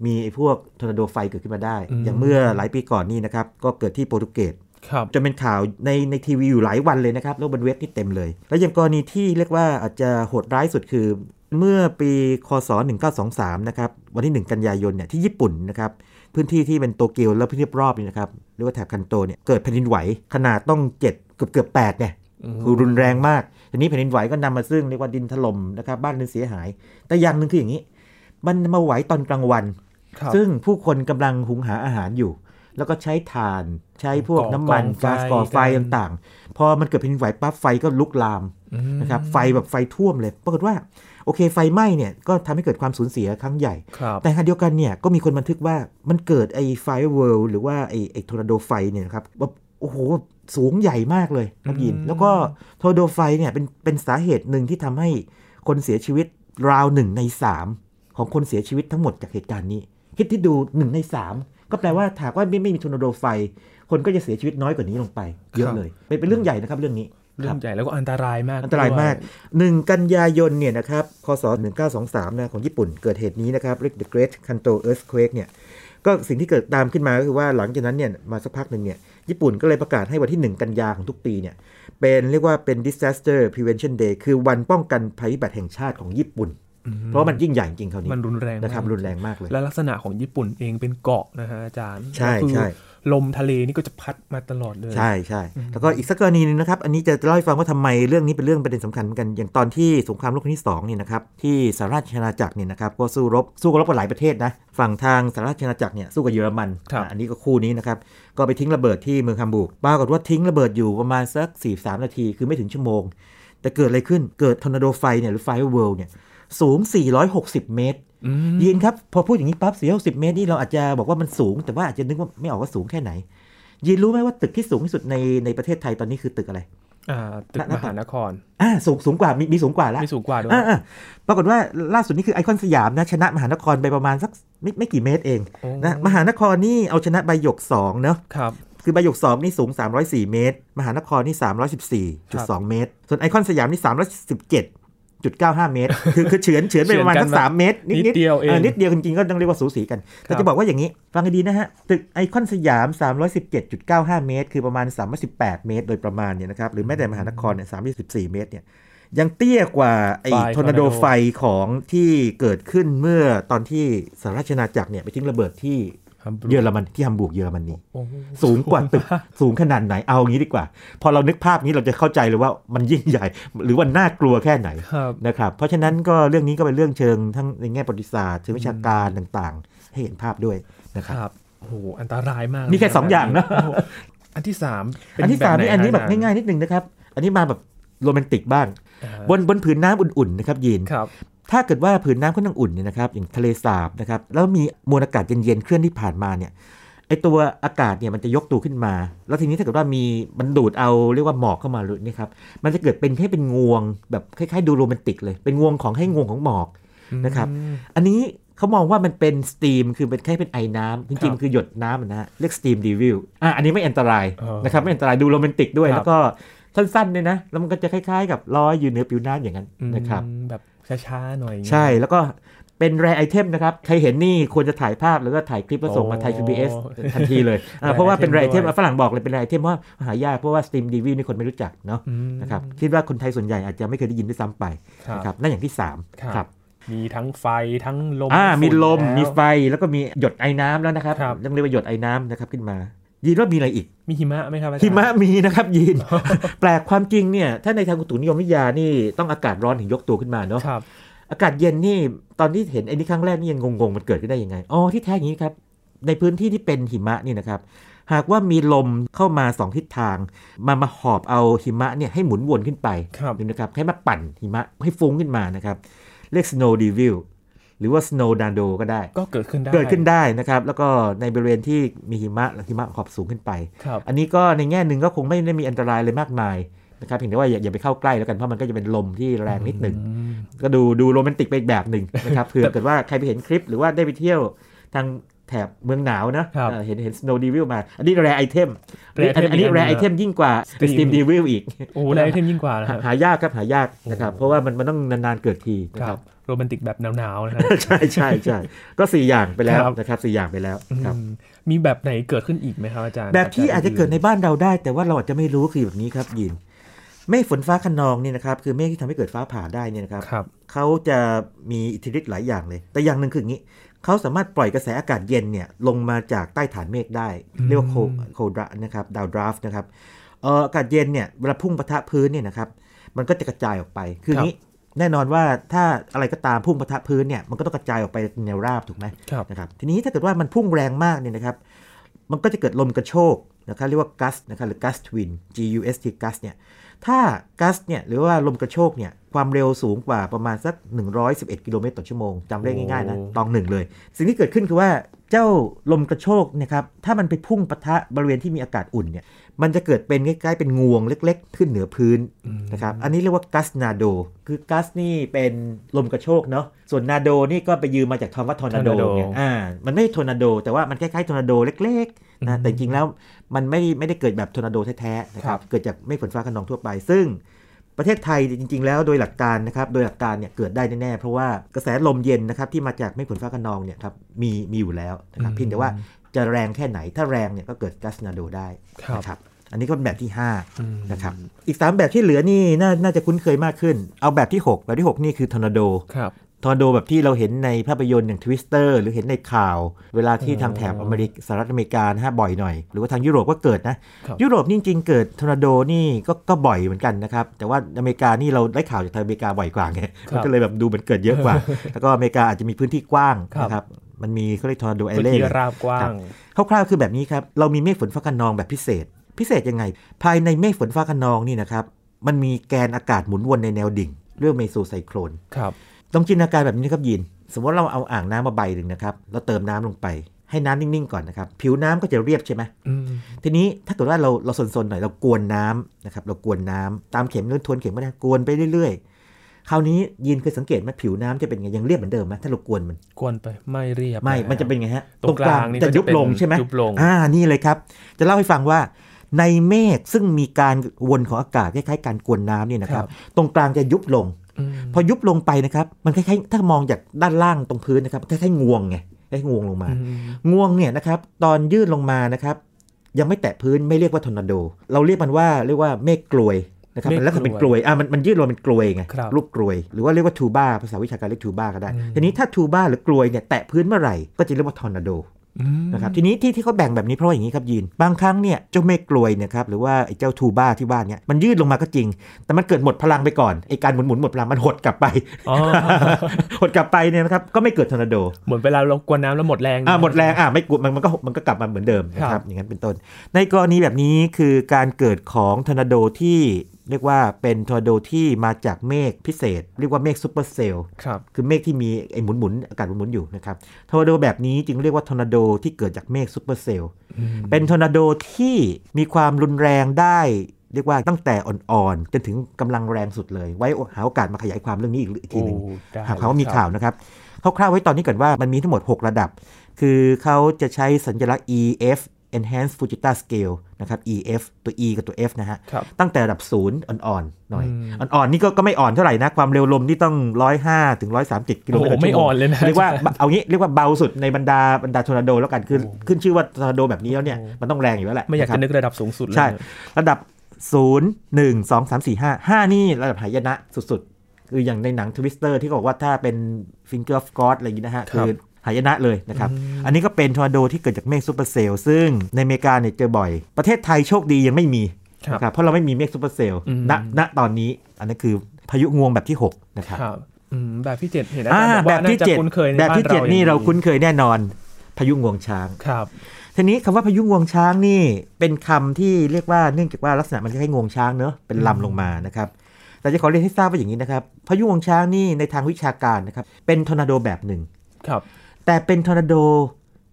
Speaker 2: มีไอ้พวกทอร์นาโดไฟเกิดขึ้นมาได้ อย่างเมื่อหลายปีก่อนนี่นะครับ ก็เกิดที่โปรตุเกส
Speaker 1: ครับ
Speaker 2: จนเป็นข่าวในในทีวีอยู่หลายวันเลยนะครับ แล้วบนเว็บนี่เต็มเลย แล้วอย่างกรณีที่เรียกว่าอาจจะโหดร้ายสุดคือ เมื่อปีคศ 1923 นะครับ วันที่ 1 กันยายนเนี่ยที่ญี่ปุ่นนะครับ พื้นที่ที่เป็นโตเกียวและพื้นที่รอบๆนี่นะครับเรียกว่าแถบคันโตเนี่ยเกิดแผ่นดินไหวขนาดต้อง 7 เกือบเกือบๆ8เนี่ยคือรุนแรงมากทีนี้แผ่นดินไหวก็นำมาซึ่งเรียกว่าดินถล่มนะครับบ้านเรือนเสียหาย แต่อย่างหนึ่งคืออย่างนี้ มันมาไหวตอนกลางวัน
Speaker 1: ครับ
Speaker 2: ซึ่งผู้คนกำลังหุงหาอาหารอยู่ แล้วก็ใช้ถ่าน ใช้พวก
Speaker 1: ก่อ
Speaker 2: น้ำมัน
Speaker 1: กองไฟ
Speaker 2: ก๊าซก่อไฟ
Speaker 1: กัน
Speaker 2: ต่างๆ พอมันเกิดแผ่นดินไหวปั๊บไฟก็ลุกลาม
Speaker 1: อืม
Speaker 2: นะครับไฟแบบไฟท่วมเลย ปรากฏว่าโอเคไฟไหม้เนี่ยก็ทำให้เกิดความสูญเสียครั้งใหญ่
Speaker 1: ครับ
Speaker 2: แต่ขณะเดียวกันเนี่ยก็มีคนบันทึกว่ามันเกิดไอ้ไฟเวิลหรือว่าไอ้ไอ้ทอร์นาโดไฟเนี่ยนะครับแบบโอ้โหสูงใหญ่มากเลยครับยิน แล้วก็ทอร์นาโดไฟเนี่ยเป็นเป็นสาเหตุหนึ่งที่ทำให้คนเสียชีวิตราวหนึ่งในสามของคนเสียชีวิตทั้งหมดจากเหตุการณ์นี้ คิดที่ดูหนึ่งในสามก็แปลว่าถากว่าไม่ไม่มีทอร์นาโดไฟ คนก็จะเสียชีวิตน้อยกว่านี้ลงไปเยอะเลย เป็นเป็นเรื่องใหญ่นะครับเรื่องนี้
Speaker 1: เรื่
Speaker 2: ค
Speaker 1: อบ งใหญ่แล้วก็อันตรายมาก
Speaker 2: อันตรายมาก
Speaker 1: ด้ว
Speaker 2: 1 กันยายนเนี่ยนะครับ คศ 1923 นะของญี่ปุ่นเกิดเหตุนี้นะครับเรียก The Great Kanto Earthquake เนี่ย ก็สิ่งที่เกิดตามขึ้นมาก็คือว่าหลังจากนั้นเนี่ยมาสักพักหนึ่งเนี่ยญี่ปุ่นก็เลยประกาศให้วันที่ 1 กันยาของทุกปีเนี่ยเป็นเรียกว่าเป็น Disaster Prevention Day คือวันป้องกันภัยพิบัติแห่งชาติของญี่ปุ่น เพราะมันยิ่งใหญ่จริงๆคราวนี้
Speaker 1: มันรุนแรงมาก
Speaker 2: นะครับรุนแรงมากเลย
Speaker 1: และลักษณะของญี่ปุ่นเองเป็นเกาะนะฮะอาจารย์
Speaker 2: ใช่
Speaker 1: ก็คือ
Speaker 2: ใช่
Speaker 1: ลมทะเลนี่ก็จะพัดมาตลอดเลย
Speaker 2: ใช่ใช่แล้วก็อีกสักกรณีหนึงนะครับ อันนี้จะเล่าให้ฟังว่าทำไมเรื่องนี้เป็นเรื่องประเด็นสำคัญเหมือนกัน อย่างตอนที่สงครามโลกครั้งที่สองเนี่ยนะครับ ที่สหราชอาณาจักรเนี่ยนะครับ ก็สู้รบ สู้รบกับหลายประเทศนะ ฝั่งทางสหราชอาณาจักรเนี่ยสู้กับเยอรมัน
Speaker 1: ครับ
Speaker 2: อ่ะอันนี้ก็คู่นี้นะครับ ก็ไปทิ้งระเบิดที่เมืองฮัมบูร์ก ปรากฏว่าทิ้งระเบิดอยู่ประมาณสัก 43 นาที คือไม่ถึงชั่วโมง แต่เกิดอะไรขึ้น เกิดทอร์นาโดไฟเนี่ยหรือไฟเวิลด์เนี่ย สูง 460 เมตร
Speaker 1: อืม
Speaker 2: ยินครับ พอพูดอย่างนี้ปั๊บ460 เมตรนี่เราอาจจะบอกว่ามันสูง แต่ว่าอาจจะนึกว่าไม่ออกว่าสูงแค่ไหน ยินรู้ไหมว่าตึกที่สูงที่สุดในในประเทศไทยตอนนี้คือตึกอะไร
Speaker 1: อ่าตึกมหานคร
Speaker 2: อ่าสูงสูงกว่ามีมีสูงกว่าละ
Speaker 1: ไม่สูงกว่าด้วย
Speaker 2: อ่าอ่าปรากฏว่าล่าสุดนี่คือไอคอนสยามนะชนะมหานครไปประมาณสักไม่ไม่กี่เมตรเอง
Speaker 1: โอ้
Speaker 2: นะมหานครนี่เอาชนะใบหยก2เนาะ
Speaker 1: ครับ
Speaker 2: คือใบหยก2นี่สูง 304 เมตร มหานครนี่ 314.2 เมตร ส่วนไอคอนสยามนี่ 317.95 เม ตร คือคือเฉือนเฉือนไปประมาณสัก
Speaker 1: เฉือนกัน
Speaker 2: 3เมตรนิด
Speaker 1: นิดเดียวเอง
Speaker 2: นิดเดียวจริงๆก็ต้องเรียกว่าสูสีกัน
Speaker 1: ค
Speaker 2: แต่
Speaker 1: รับ
Speaker 2: จะบอกว่าอย่างนี้ ฟังให้ดีนะฮะ ตึกไอคอนสยาม 317.95 เมตร คือประมาณ 318 เมตร โดยประมาณเนี่ยนะครับ หรือแม้แต่มหานครเนี่ย 314 เมตรเนี่ยยังเตี้ยกว่าไอ
Speaker 1: ไฟ
Speaker 2: ทอร์นาโด
Speaker 1: tornado
Speaker 2: ไฟของที่เกิดขึ้นเมื่อตอนที่สหราชอาณาจักรเนี่ยไปทิ้งระเบิดที่
Speaker 1: ฮัมบูร์ก
Speaker 2: เยอรมันที่ฮัมบูร์กเยอรมนี
Speaker 1: โอ้โห
Speaker 2: สูงกว่าตึก สูงขนาดไหนเอางี้ดีกว่า พอเรานึกภาพนี้เราจะเข้าใจเลยว่ามันยิ่งใหญ่ หรือว่าน่ากลัวแค่ไหน
Speaker 1: ครับ
Speaker 2: นะครับ เพราะฉะนั้นก็เรื่องนี้ก็เป็นเรื่องเชิงทั้งในแง่ประวัติศาสตร์เชิงวิชาการต่างๆ ให้เห็นภาพด้วยนะค
Speaker 1: ครับ รับโอ้โหอันตรายมาก
Speaker 2: มีแค่
Speaker 1: เลยรับ
Speaker 2: สองอย่างนะ
Speaker 1: โโหอันที่สามเป็
Speaker 2: อันที่สาม
Speaker 1: ไห
Speaker 2: นี่อันนี้
Speaker 1: ะ
Speaker 2: แบบง่ายๆนิดนึงนะครับ อันนี้มาแบบโรแมนติกบ้าง
Speaker 1: อ่า
Speaker 2: บนบนผืนน้ำอุ่นๆนะครับยีน
Speaker 1: ครับ
Speaker 2: ถ้าเกิดว่าผืนน้ำค่อนข้างอุ่นเนี่ยนะครับอย่างทะเลสาบนะครับแล้วมีมวลอากาศเย็นๆเคลื่อนที่ผ่านมาเนี่ยไอตัวอากาศเนี่ยมันจะยกตัวขึ้นมา แล้วทีนี้ถ้าเกิดว่ามีมันดูดเอาเรียกว่าหมอกเข้ามาเลยนี่ครับมันจะเกิดเป็นแค่เป็นงวงแบบคล้ายๆดูโรแมนติกเลยเป็นงวงของให้งวงของหมอกนะครับอันนี้เขามองว่ามันเป็นสตีมคือเป็นแค่เป็นไอน้ำจ
Speaker 1: ครั
Speaker 2: ริ
Speaker 1: บ
Speaker 2: งๆมันคือหยดน้ำอะนะฮะเรียกสตีมดีวิลอ่ะอันนี้ไม่อันตราย
Speaker 1: อ๋อ
Speaker 2: นะครับไม่อันตรายดูโรแมนติกด้วย
Speaker 1: ครับ
Speaker 2: แล้วก็สั้นๆเลยนะแล้วมันก็จะคล้าย ๆ กับลอยอยู่เหนือผิวน้ำอย่างนั้นนะครับ
Speaker 1: อืมแบบช้าๆหน่อย
Speaker 2: ใช่แล้วก็เป็นแรไอเทมนะครับ ใครเห็นนี่ควรจะถ่ายภาพแล้วก็ถ่ายคลิปแล้วส่งมาไทย PBS
Speaker 1: โอ้
Speaker 2: ทันที เลยอ่า
Speaker 1: rare
Speaker 2: เพราะว่าเป็น
Speaker 1: item
Speaker 2: แรไอเทม
Speaker 1: ด้วย
Speaker 2: ฝรั่งบอกเลยเป็นแรไอเทมเพราะว่าหายากเพราะว่าสตรีมดีวินี่คนไม่รู้จักเนาะ
Speaker 1: อืม
Speaker 2: นะครับคิดว่าคนไทยส่วนใหญ่อาจจะไม่เคยได้ยินด้วยซ้ำไป
Speaker 1: ครับ
Speaker 2: นะครับนั่นอย่างที่ 3
Speaker 1: ครับ มีทั้งไฟทั้งลม
Speaker 2: อ่ามี
Speaker 1: ฝุ่น
Speaker 2: ลมมี
Speaker 1: แว
Speaker 2: ไฟแล้วก็มีหยดไอ้น้ำแล้วนะครับ
Speaker 1: ครับ
Speaker 2: เรื่องเรียกว่าหยดไอ้น้ำนะครับขึ้นมา ยีนว่ามีอะไรอีก
Speaker 1: มีหิมะไหมครับอาจารย์
Speaker 2: หิมะมีนะครับยี น แปลกความจริงเนี่ยถ้าในทางอุตุนิยมวิทยานี่ต้องอากาศร้อนถึงยกตัวขึ้นมาเนาะ
Speaker 1: ครับ
Speaker 2: อากาศเย็นนี่ตอนที่เห็นไอ้นี่ครั้งแรกนี่ยังงงๆ มันเกิดขึ้นได้ยังไง อ๋อ ที่แท้อย่างนี้ครับ ในพื้นที่ที่เป็นหิมะนี่นะครับ หากว่ามีลมเข้ามา 2 ทิศทาง มามาหอบเอาหิมะเนี่ยให้หมุนวนขึ้นไป
Speaker 1: ครับ
Speaker 2: ดูนะครับให้มาปั่นหิมะให้ฟุ้งขึ้นมานะครับ เรียก snow devil หรือว่า snow dando ก็ได้
Speaker 1: ก็เกิดขึ้นได้
Speaker 2: เกิดขึ้นได้นะครับ แล้วก็ในบริเวณที่มีหิมะหิมะขอบสูงขึ้นไป
Speaker 1: ครับ
Speaker 2: อันนี้ก็ในแง่หนึ่งก็คงไม่ได้มีอันตรายเลยมากมายนะครับเพียงแต่ว่าอย่าอย่าไปเข้าใกล้แล้วกันเพราะมันก็จะเป็นลมที่แรงนิดหนึ่ง ก็ดูดูโรแมนติกไปอีกแบบหนึ่งนะครับ เผื่อเกิดว่าใครไปเห็นคลิปหรือว่าได้ไปเที่ยวทางแถ แถบเมืองหนาวนะครับ เออเห็นเห็น snow devil มา อันนี้ rare item อันนี้
Speaker 1: rare item
Speaker 2: อันนี้
Speaker 1: อีกอันหนึ่ง
Speaker 2: rare item ยิ่งกว่า
Speaker 1: Steam
Speaker 2: steam devil อีก
Speaker 1: โอ้โหแล้วไอเทมยิ่งกว่านะ
Speaker 2: หา
Speaker 1: ฮะ
Speaker 2: หายากครับหายากนะครับ เพราะว่ามันมันต้องนานๆเกิดทีนะ
Speaker 1: ค
Speaker 2: ค
Speaker 1: รั
Speaker 2: รั
Speaker 1: บบ โรแมนติกแบบหนาวๆนะฮะ
Speaker 2: ใช่ใช่ใช่ก็สี่อย่างไปแล้
Speaker 1: คว รับ
Speaker 2: นะครับสี่อย่างไปแล้วครับ
Speaker 1: อืมมีแบบไหนเกิดขึ้นอีกไหมครับอาจารย์
Speaker 2: แบบที่อาจจะเกิด
Speaker 1: ร
Speaker 2: ในบ้านเราได้ แต่ว่าเราอาจจะไม่รู้คือแบบนี้ครับยินเมฆฝนฟ้าคะนองเนี่ยนะครับคือเมฆที่ทำให้เกิดฟ้าผ่าได้เนี่ยนะครับ
Speaker 1: ครับ
Speaker 2: เขาจะมีอิทธิฤทธิ์หลายอย่างเลย แต่อย่างหนึ่งคืออย่างนี้เขาสามารถปล่อยกระแสอากาศเย็นเนี่ยลงมาจากใต้ฐานเมฆได้ เรียกว่าโคโคดระนะครับดาวดราฟนะครับเอ่ออากาศเย็นเนี่ยเวลาพุ่งปะทะพื้นเนี่ยนะครับมันก็จะกระจายออกไปคืออย่างนี้แน่นอนว่าถ้าอะไรก็ตามพุ่งปะทะพื้นเนี่ยมันก็ต้องกระจายออกไปในแนวราบถูกไหม
Speaker 1: ครับ
Speaker 2: นะครับทีนี้ถ้าเกิดว่ามันพุ่งแรงมากเนี่ยนะครับ มันก็จะเกิดลมกระโชกนะครับเรียกว่ากัสนะครับหรือกัสทวิน G U S T กัสเนี่ยถ้ากัสเนี่ยหรือว่าลมกระโชกเนี่ยความเร็วสูงกว่าประมาณสัก 111 กิโลเมตรต่อชั่วโมงจำเลขง่ายๆนะ
Speaker 1: โอ้
Speaker 2: ตองหนึ่งเลย สิ่งที่เกิดขึ้นคือว่าเจ้าลมกระโชกเนะครับถ้ามันไปพุ่งปะทะบริเวณที่มีอากาศอุ่นเนี่ยมันจะเกิดเป็นใกล้ๆเป็นงวงเล็ก ๆ ขึ้นเหนือพื้น นะครับอันนี้เรียกว่ากัสนาโด คือกัสนี่เป็นลมกระโชกเนาะ ส่วนนาโดนี่ก็ไปยืมมาจากคำว่าทอร์นาโด
Speaker 1: Tornado
Speaker 2: เนี่ยอ่า มันไม่ใช่ทอร์นาโด แต่ว่ามันคล้ายๆทอร์นาโดเล็กๆ
Speaker 1: อื
Speaker 2: นะ
Speaker 1: ม
Speaker 2: แต่จริงๆแล้วมันไม่ไม่ได้เกิดแบบทอร์นาโดแท้ๆนะค
Speaker 1: ครั
Speaker 2: รับ
Speaker 1: บ
Speaker 2: เกิดจากเมฆฝนฟ้าคะนองทั่วไป ซึ่งประเทศไทยจริง ๆ แล้วโดยหลักการนะครับ โดยหลักการเนี่ยเกิดได้แน่ๆ เพราะว่ากระแสลมเย็นนะครับที่มาจากเมฆฝนฟ้าคะนองเนี่ยครับมีมีอยู่แล้วนะครับเพียงแต่ว่าจะแรงแค่ไหน ถ้าแรงเนี่ยก็เกิดกัสนาโดได้
Speaker 1: ครับ
Speaker 2: นะครับ อันนี้ก็เป็นแบบที่ห้า
Speaker 1: อืม
Speaker 2: นะครับอีก 3 แบบที่เหลือนี่นาน่าจะคุ้นเคยมากขึ้น เอาแบบที่ 6 แบบที่ 6 นี่คือทอร์นาโด
Speaker 1: ครับ
Speaker 2: ทอร์นาโดแบบที่เราเห็นในภาพยนตร์อย่างทวิสเตอร์หรือเห็นในข่าว เวลาที่ทางแถบอเมริกสหรัฐอเมริกานะฮะบ่อยหน่อย หรือว่าทางยุโรปก็เกิดนะ
Speaker 1: ครับ
Speaker 2: ยุโรปนี่จริงๆเกิดทอร์นาโดนี่ก็ก็บ่อยเหมือนกันนะครับ แต่ว่าอเมริกานี่เราได้ข่าวจากทางอเมริกาบ่อยกว่าไงมันก็เลยแบบดูเหมือนเกิดเยอะ กว่า แล้วก็อเมริกาอาจจะมีพื้นที่กว้างนะครับมันมีเขาเรียกทอร์นาโดไอ
Speaker 1: พื้น
Speaker 2: เล่
Speaker 1: ที่
Speaker 2: น
Speaker 1: ราบกว้า
Speaker 2: ครั
Speaker 1: ง
Speaker 2: บ คร่าวๆคือแบบนี้ครับ เรามีเมฆฝนฟ้าคะนองแบบพิเศษ พิเศษยังไง ภายในเมฆฝนฟ้าคะนองนี่นะครับ มันมีแกนอากาศหมุนวนในแนวดิ่ง เรียกเมโซไซโคลน
Speaker 1: ครับ
Speaker 2: ต้องจินตนาการแบบนี้นะครับยิน สมมติเราเอาอ่างน้ำมาใบหนึ่งนะครับ แล้วเติมน้ำลงไป ให้น้ำนิ่งๆก่อนนะครับ ผิวน้ำก็จะเรียบใช่ไหม
Speaker 1: อืม
Speaker 2: ทีนี้ถ้าเกิดว่าเราเราสนๆหน่อยเรากวนน้ำนะครับเรากวนน้ำตามเข็มหรือทวนเข็มก็ได้กวนไปเรื่อยๆ คราวนี้ยินเคยสังเกตไหมผิวน้ำจะเป็นไงยังเรียบเหมือนเดิมไหมถ้าเรากวนมัน
Speaker 1: กวนไปไม่เรียบ
Speaker 2: ไม่
Speaker 1: แล้ว
Speaker 2: มันจะเป็นไงฮะ
Speaker 1: ตรงกลางนี่
Speaker 2: จะยุบลงใช่ไหม
Speaker 1: ยุบลง
Speaker 2: อ่า นี่เลยครับ จะเล่าให้ฟังว่า ในเมฆซึ่งมีการวนของอากาศคล้ายๆการกวนน้ำเนี่ยนะครับ ตรงกลางจะยุบลง
Speaker 1: อืม
Speaker 2: พอยุบลงไปนะครับ มันคล้ายๆ ถ้ามองจากด้านล่างตรงพื้นนะครับ คล้ายๆงวงไง คล้ายๆงวงลงมา งวงเนี่ยนะครับ ตอนยื่นลงมานะครับ ยังไม่แตะพื้นไม่เรียกว่าทอร์นาโด เราเรียกมันว่าเรียกว่าเมฆกลวยนะครับ
Speaker 1: เมฆกลวย
Speaker 2: มันลักษณะเป็นกลวย อ่ะ มันมันยื่นลงเป็นกลวยไง
Speaker 1: ครับ
Speaker 2: รูปกลวย หรือว่าเรียกว่าทูบ้า ภาษาวิชาการเรียกทูบ้าก็ได้
Speaker 1: อืม
Speaker 2: ทีนี้ถ้าทูบ้าหรือกลวยเนี่ยแตะพื้นเมื่อไหร่ก็จะเรียกว่าทอร์นาโด
Speaker 1: อืม
Speaker 2: นะครับทีนี้ที่ที่เขาแบ่งแบบนี้เพราะว่าอย่างนี้ครับยีนบางครั้งเนี่ยเจ้าเมฆกลวยเนยครับหรือว่าไอ้เจ้าทูบ้าที่บ้านเนี่ยมันยืดลงมาก็จริง แต่มันเกิดหมดพลังไปก่อนไอ้การหมุนหมุนๆหมดพลังมันหดกลับไป
Speaker 1: อ๋อ
Speaker 2: หดกลับไปเนี่ยนะครับก็ไม่เกิดทอร์นาโด
Speaker 1: เหมือนเวลาเรากวนน้ำแล้วหมดแรง
Speaker 2: อ่าหมดแรงอ่าไม่กลัวมันมันก็มันก็กลับมาเหมือนเดิมนะ
Speaker 1: ค
Speaker 2: ค
Speaker 1: รั
Speaker 2: รับ บอย่างนั้นเป็นต้น ในกรณีแบบนี้คือการเกิดของทอร์นาโดที่เรียกว่าเป็นทอร์นาโดที่มาจากเมฆพิเศษ เรียกว่าเมฆซูเปอร์เซลล์
Speaker 1: ครับ
Speaker 2: คือเมฆที่มีไอ้หมุนหมุนๆอากาศหมุนหมุนๆอยู่นะครับทอร์นาโดแบบนี้จึงเรียกว่าทอร์นาโดที่เกิดจากเมฆซูเปอร์เซลล์
Speaker 1: อืม
Speaker 2: เป็นทอร์นาโดที่มีความรุนแรงได้ เรียกว่าตั้งแต่อ่อนๆ จนถึงกำลังแรงสุดเลย ไว้หาโอกาสมาขยายความเรื่องนี้อีกอีกทีหนึ่ง
Speaker 1: โอ้ได้
Speaker 2: หากเขามีข่าวนะครับคร่าวๆไว้ตอนนี้ก่อนว่ามันมีทั้งหมด 6 ระดับ คือเขาจะใช้สัญลักษณ์ EF Enhanced Fujita Scale นะครับ EF ตัว E กับตัว F นะฮะ
Speaker 1: ครับ
Speaker 2: ตั้งแต่ระดับศูนย์อ่อนๆ หน่อย
Speaker 1: อื
Speaker 2: อ่อนๆ นี่ก็ก็ไม่อ่อนเท่าไหร่นะ ความเร็วลมนี่ต้อง 105 ถึง 137 กิโลเมตรต่
Speaker 1: โอ้โหไม่
Speaker 2: ชั่วโง
Speaker 1: อ่อนเลยนะ
Speaker 2: เรียกว่าเอางี้เรียกว่าเบาสุดในบรรดาบรรดาทอร์นาโดแล้วกันคือ
Speaker 1: โอ้โห
Speaker 2: ขึ้นชื่อว่าทอร์นาโดแบบนี้แล้วเนี่ย
Speaker 1: โอ้โห
Speaker 2: มันต้องแรงอยู่แล้วแหละ
Speaker 1: ไม่อยากจะ
Speaker 2: ครับ
Speaker 1: นึกระดับสูงสุดเลย
Speaker 2: ใช่ ระดับ 0 1 2 3 4 5 5 นี่ระดับหายนะสุดๆ คืออย่างในหนังทวิสเตอร์ที่เขาบอกว่าถ้าเป็น Finger of God อะไรอย่างนี้นะฮะคือหายนะเลยนะครับ อันนี้ก็เป็นทอร์นาโดที่เกิดจากเมฆซูเปอร์เซลล์ซึ่งในอเมริกาเนี่ยเจอบ่อย ประเทศไทยโชคดียังไม่มี
Speaker 1: ครั
Speaker 2: นะครับ บเพราะเราไม่มีเมฆซูเปอร์เซลล์
Speaker 1: อืม
Speaker 2: ณณตอนนี้ อันนี้คือพายุงวงแบบที่ 6 นะครับ
Speaker 1: ครับอืมแบบที่เจ็ดเห็นอา
Speaker 2: อ่า
Speaker 1: จารย์บอก
Speaker 2: แบ
Speaker 1: ว่า
Speaker 2: บ
Speaker 1: น่า
Speaker 2: ที่
Speaker 1: จะ
Speaker 2: เจ็ด
Speaker 1: คุ้นเคยใน
Speaker 2: แบบ
Speaker 1: บ้าน
Speaker 2: ที่เจ็ด
Speaker 1: เรา
Speaker 2: นี่
Speaker 1: นี่
Speaker 2: เราคุ้นเคยแน่นอน พายุงวงช้าง
Speaker 1: ครับ
Speaker 2: ทีนี้คำว่าพายุงวงช้างนี่เป็นคำที่เรียกว่าเนื่องจากว่าลักษณะมันคล้ายๆงวงช้างเนอะเป็นลำลงมานะครับแต่จะขอเรียนให้ทราบว่าอย่างนี้นะครับพายุงวงช้างนี่ในทางวิชาการนะครับเป็นทอร์นาโดแบบหนึ่ง
Speaker 1: ครับ
Speaker 2: แต่เป็นทอร์นาโด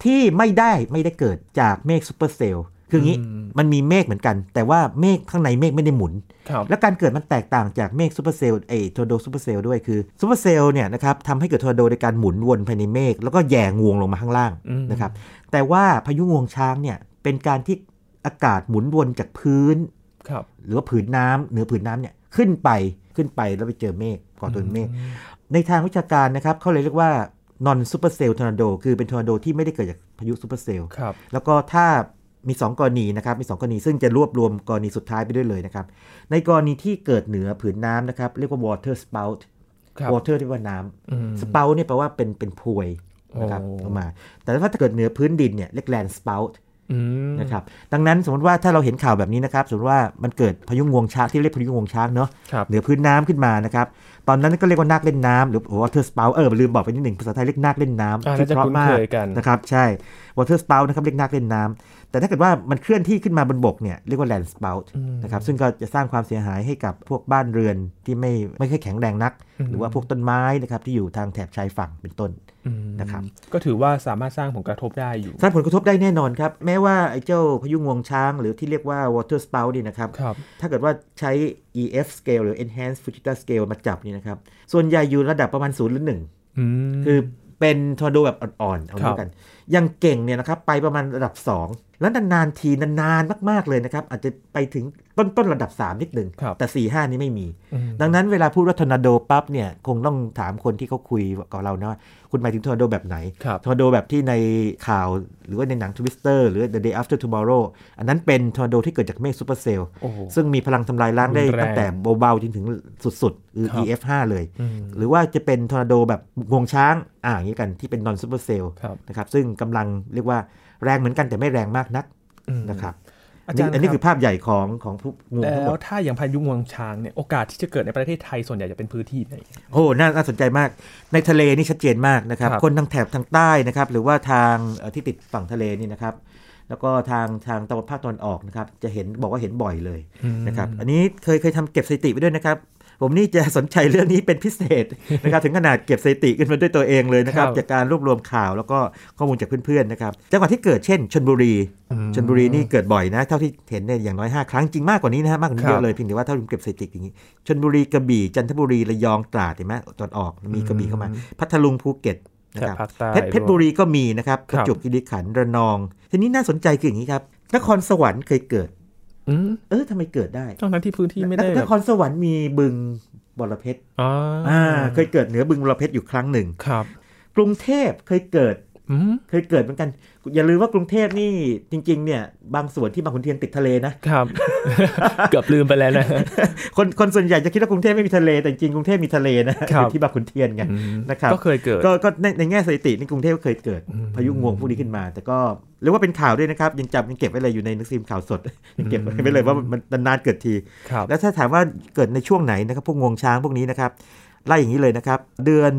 Speaker 2: ที่ไม่ได้ไม่ได้เกิดจากเมฆซูเปอร์เซลล์ คืออย่างนี้
Speaker 1: อืม
Speaker 2: มันมีเมฆเหมือนกัน แต่ว่าเมฆข้างในเมฆไม่ได้หมุน
Speaker 1: ครับ
Speaker 2: และการเกิดมันแตกต่างจากเมฆซูเปอร์เซลล์ไอทอร์โดซูเปอร์เซลล์ด้วยคือซูเปอร์เซลล์เนี่ยนะครับทำให้เกิดทอร์โดในการหมุนวนภายในเมฆแล้วก็แหย่งวงลงมาข้างล่าง
Speaker 1: อืม
Speaker 2: นะครับแต่ว่าพายุงวงช้างเนี่ยเป็นการที่อากาศหมุนวนจากพื้น
Speaker 1: ครับ
Speaker 2: หรือว่าผืนน้ำเหนือผืนน้ำเนี่ยขึ้นไปขึ้นไปแล้วไปเจอเมฆก่อตัวเป็นเมฆในทางวิชาการนะครับเขาเลยเรียกว่านอนซูเปอร์เซลล์ทอร์นาโดคือเป็นทอร์นาโดที่ไม่ได้เกิดจากพายุซูเปอร์เซลล์
Speaker 1: ครับ
Speaker 2: แล้วก็ถ้ามี 2 กรณีนะครับ มี 2 กรณีซึ่งจะรวบรวมกรณีสุดท้ายไปด้วยเลยนะครับ ในกรณีที่เกิดเหนือผืนน้ำนะครับ เรียกว่า water spout
Speaker 1: ครับ
Speaker 2: water ที่ว่าน้
Speaker 1: อืม
Speaker 2: ำ spout เนี่ยแปลว่าเป็นเป็นพวยนะครับ
Speaker 1: โอ้
Speaker 2: ออกมา แต่ถ้าเกิดเหนือพื้นดินเนี่ยเรียก land spout
Speaker 1: อืม
Speaker 2: นะครับดังนั้นสมมติว่าถ้าเราเห็นข่าวแบบนี้นะครับ สมมติว่ามันเกิดพายุงวงช้างที่เรียกพายุงวงช้างเนาะ
Speaker 1: ครับ
Speaker 2: เหนือพื้นน้ำขึ้นมานะครับ ตอนนั้นก็เรียกว่านาคเล่นน้ำหรือ water spout เออลืมบอกไปนิดหนึ่งภาษาไทยเรียกนาคเล่นน้ำ
Speaker 1: อ่า
Speaker 2: ที่
Speaker 1: น่าจะ
Speaker 2: เพราะมา
Speaker 1: คุ้น
Speaker 2: ก
Speaker 1: เคยกัน
Speaker 2: นะครับใช่ water spout นะครับเรียกนาคเล่นน้ำแต่ถ้าเกิดว่ามันเคลื่อนที่ขึ้นมาบนบกเนี่ยเรียกว่า land spout นะครับซึ่งก็จะสร้างความเสียหายให้กับพวกบ้านเรือนที่ไม่ไม่ค่อยแข็งแรงนัก หรือว่าพวกต้นไม้นะครับที่อยู่ทางแถบชายฝั่งเป็นต้น
Speaker 1: อืม
Speaker 2: นะครับ
Speaker 1: ก็ถือว่าสามารถสร้างผลกระทบได้อยู่
Speaker 2: สร้างผลกระทบได้แน่นอนครับแม้ว่าไอ้เจ้าพายุงวงช้าง หรือที่เรียกว่า water spout นี่นะครับ
Speaker 1: ครับ
Speaker 2: ถ้าเกิดว่าใช้ EF scale หรือ enhanced Fujita scale มาจับนี่นะครับ ส่วนใหญ่อยู่ระดับประมาณ 0 หรือ
Speaker 1: อืม
Speaker 2: 1 คือเป็นทอร์นาโดแบบอ่อน ๆ เอา
Speaker 1: ครั
Speaker 2: งี้
Speaker 1: บ
Speaker 2: กัน อยังเก่งเนี่ยนะครับ ไปประมาณระดับ 2 แล้วนาน ๆ ทีนาน ๆ มาก ๆ เลยนะครับ อาจจะไปถึงต้น ๆ ระดับ 3 นิดหนึ่ง
Speaker 1: ครับ
Speaker 2: แต่ 4 5 นี่ไม่มี
Speaker 1: ม
Speaker 2: ดังนั้นเวลาพูดว่าทอร์นาโดปั๊บเนี่ยคงต้องถามคนที่เขาคุยกับเรานะว่าคุณหมายถึงทอร์นาโดแบบไหน
Speaker 1: ครับ
Speaker 2: ทอร์นาโดแบบที่ในข่าวหรือว่าในหนังทวิสเตอร์หรือ The Day After Tomorrow อันนั้นเป็นทอร์นาโดที่เกิดจากเมฆซูเปอร์เซลล์
Speaker 1: โอ้โห
Speaker 2: ซึ่งมีพลังทำลายล้างได้
Speaker 1: รุนแรง
Speaker 2: ตั้งแต่เบาๆจนถึงสุดๆคือ
Speaker 1: ครับ
Speaker 2: EF5 เลย
Speaker 1: อืม
Speaker 2: หรือว่าจะเป็นทอร์นาโดแบบงวงช้าง อ่าอย่างนี้กันที่เป็นนอนซูเปอร์เซล
Speaker 1: ครับ
Speaker 2: นะครับซึ่งกำลังเรียกว่าแรงเหมือนกันแต่ไม่แรงมากนัก
Speaker 1: อืม
Speaker 2: นะครับ
Speaker 1: อา
Speaker 2: อัน
Speaker 1: จา
Speaker 2: นี้
Speaker 1: รย์
Speaker 2: อันนี้
Speaker 1: รับ
Speaker 2: คือภาพใหญ่ของของผู้งูทั้งหม
Speaker 1: แล้
Speaker 2: ด
Speaker 1: วถ้าอย่างพายุงวงช้างเนี่ยโอกาสที่จะเกิดในประเทศไทยส่วนใหญ่จะเป็นพื้นที่ไหน
Speaker 2: โอ้น่าน่าสนใจมาก ในทะเลนี่ชัดเจนมากนะครับ
Speaker 1: ครับ
Speaker 2: คนทางแถบทางใต้นะครับ หรือว่าทางเอ่อที่ติดฝั่งทะเลนี่นะครับ แล้วก็ทางทางตะวันภาคตะวันออกนะครับ จะเห็นบอกว่าเห็นบ่อยเลย
Speaker 1: อืม
Speaker 2: นะครับ อันนี้เคยเคยทำเก็บสถิติไว้ด้วยนะครับ ผมนี่จะสนใจเรื่องนี้เป็นพิเศษ นะครับ ถึงขนาดเก็บสถิติขึ้นมาด้วยตัวเองเลยนะครับ
Speaker 1: ครับ
Speaker 2: จากการรวบรวมข่าวแล้วก็ข้อมูลจากเพื่อนๆนะครับ จังหวัดที่เกิดเช่นชนบุรีชนบุรีนี่เกิดบ่อยนะ เท่าที่เห็นเนี่ยอย่างน้อยห้าครั้งจริงมากกว่านี้นะฮะมากกว่านี้เย
Speaker 1: ครั
Speaker 2: อะ
Speaker 1: บ
Speaker 2: เลย เพียงแต่ว่าถ้าผมเก็บสถิติอย่างนี้ชนบุรีกระบี่จันทบุรีระยองตราดเห็นไหมตอนออกมีกระบี่เข้ามา พัทลุงภูเก็ตนะ
Speaker 1: แถบ
Speaker 2: ครับ
Speaker 1: ภาคใต้
Speaker 2: เพชรเพชร
Speaker 1: ด้
Speaker 2: บุ
Speaker 1: วย
Speaker 2: รีก็มีนะครับ
Speaker 1: ค
Speaker 2: ป
Speaker 1: รับ
Speaker 2: ระจวบคีรีขันธ์ระนอง ทีนี้น่าสนใจคืออย่างนี้ครับนครสวรรค์เคยเกิด
Speaker 1: อืม
Speaker 2: เออทำไมเกิดได้
Speaker 1: ทั้งนั้นที่พื้นที่ไม่ได้
Speaker 2: น
Speaker 1: แบบ
Speaker 2: ครสวรรค์มีบึงบรเพชร
Speaker 1: อ๋ออ
Speaker 2: อ่าเคยเกิดเหนือบึงบรเพชรอยู่ครั้งหนึ่ง
Speaker 1: ครับ
Speaker 2: กรุงเทพเคยเกิด
Speaker 1: อืม
Speaker 2: เคยเกิดเหมือนกัน อย่าลืมว่ากรุงเทพนี่จริง ๆ เนี่ยบางส่วนที่บางขุนเทียนติดทะเลนะ
Speaker 1: ครับ เกือบลืมไปแล้วนะ
Speaker 2: คนคนส่วนใหญ่จะคิดว่ากรุงเทพไม่มีทะเลแต่จริงๆกรุงเทพมีทะเลนะ
Speaker 1: ค
Speaker 2: อ
Speaker 1: รับ
Speaker 2: ยู่ที่บางขุนเทียนไง
Speaker 1: อืม
Speaker 2: นะครับ
Speaker 1: ก็เคยเกิด
Speaker 2: ก็ก็ในในแง่สถิตินี่กรุงเทพก็เคยเกิด
Speaker 1: อืม
Speaker 2: พายุงวงพวกนี้ขึ้นมา แต่ก็เรียกว่าเป็นข่าวด้วยนะครับยังจำยังเก็บไว้เลยอยู่ในหนังสือพิมพ์ข่าวสด ยังเก็บไว้เลยว่ามันมันนานๆเกิดที
Speaker 1: ครับ
Speaker 2: แล้วถ้าถามว่าเกิดในช่วงไหนนะครับพวกงวงช้างพวกนี้นะครับไล่อย่างนี้เลยนะครับ เดือน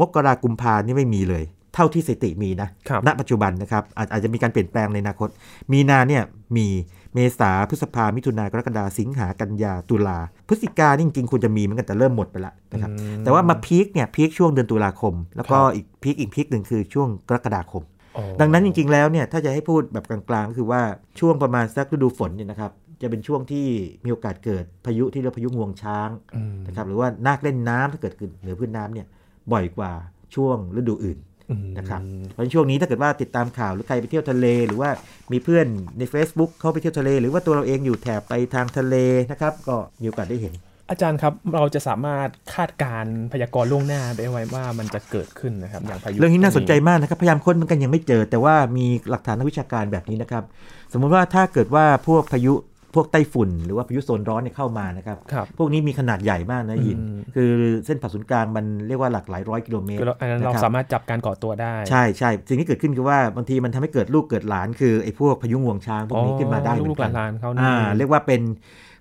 Speaker 2: มกรากุมภานี่ไม่มีเลย เท่าที่สถิติมีนะ
Speaker 1: ครับ
Speaker 2: ณปัจจุบันนะครับอาจอาจจะมีการเปลี่ยนแปลงในอนาคต มีนาเนี่ยมีเมษาพฤษภามิถุนากรกฎาสิงหากันยาตุลาพฤศจิกานี่จริงๆควรจะมีเหมือนกันแต่เริ่มหมดไปละนะครับ
Speaker 1: อื
Speaker 2: แต่ว่ามาพีคเนี่ยพีคช่วงเดือนตุลาคม แล้วก็
Speaker 1: ครับ
Speaker 2: อีกพีคอีกพีคหนึ่งคือช่วงกรกฎาคม
Speaker 1: อ๋อ
Speaker 2: ดังนั้นจริงๆแล้วเนี่ยถ้าจะให้พูดแบบกลางๆก็คือว่าช่วงประมาณสักฤดูฝนเนี่ยนะครับจะเป็นช่วงที่มีโอกาสเกิดพายุที่เรียกว่าพายุงวงช้าง
Speaker 1: อืม
Speaker 2: นะครับหรือว่านาคเล่นน้ำถ้าเกิดขึ้นเหนือพื้นน้ำเนี่ยบ่อยกว่าช่วงฤดูอื่น
Speaker 1: อืม
Speaker 2: นะครับ เพราะฉะนั้นช่วงนี้ถ้าเกิดว่าติดตามข่าวหรือใครไปเที่ยวทะเล หรือว่ามีเพื่อนใน Facebook เข้าไปเที่ยวทะเล หรือว่าตัวเราเองอยู่แถบไปทางทะเลนะครับก็มีโอกาสได้เห็น
Speaker 1: อาจารย์ครับเราจะสามารถคาดการณ์พยากรณ์ล่วงหน้าได้ไว้ว่ามันจะเกิดขึ้นนะครับ อย่างพายุ
Speaker 2: เรื่องนี้น่าสนใจมากนะครับ พยายามค้นเหมือนกันยังไม่เจอ แต่ว่ามีหลักฐานทางวิชาการแบบนี้นะครับ สมมุติว่าถ้าเกิดว่าพวกพายุพวกไต้ฝุ่น หรือว่าพายุโซนร้อนเนี่ยเข้ามานะครับ
Speaker 1: ครับ
Speaker 2: พวกนี้มีขนาดใหญ่มากนะยิน
Speaker 1: อืม
Speaker 2: คือเส้นผ่าศูนย์กลางมันเรียกว่าหลักหลายร้อยกิโลเมตร
Speaker 1: คือเราอันนั้นเรา
Speaker 2: ะคบ
Speaker 1: สามารถจับการก่อตัวได้
Speaker 2: ใช่ใช่สิ่งที่เกิดขึ้นคือว่าบางทีมันทำให้เกิดลูกเกิดหลานคือไอ้พวกพายุงวงช้างพวกนี้
Speaker 1: อ๋อ
Speaker 2: ขึ้นมาได้เหมือนกั
Speaker 1: ลูกหลานๆเขานี่
Speaker 2: อ่าเรียกว่าเป็น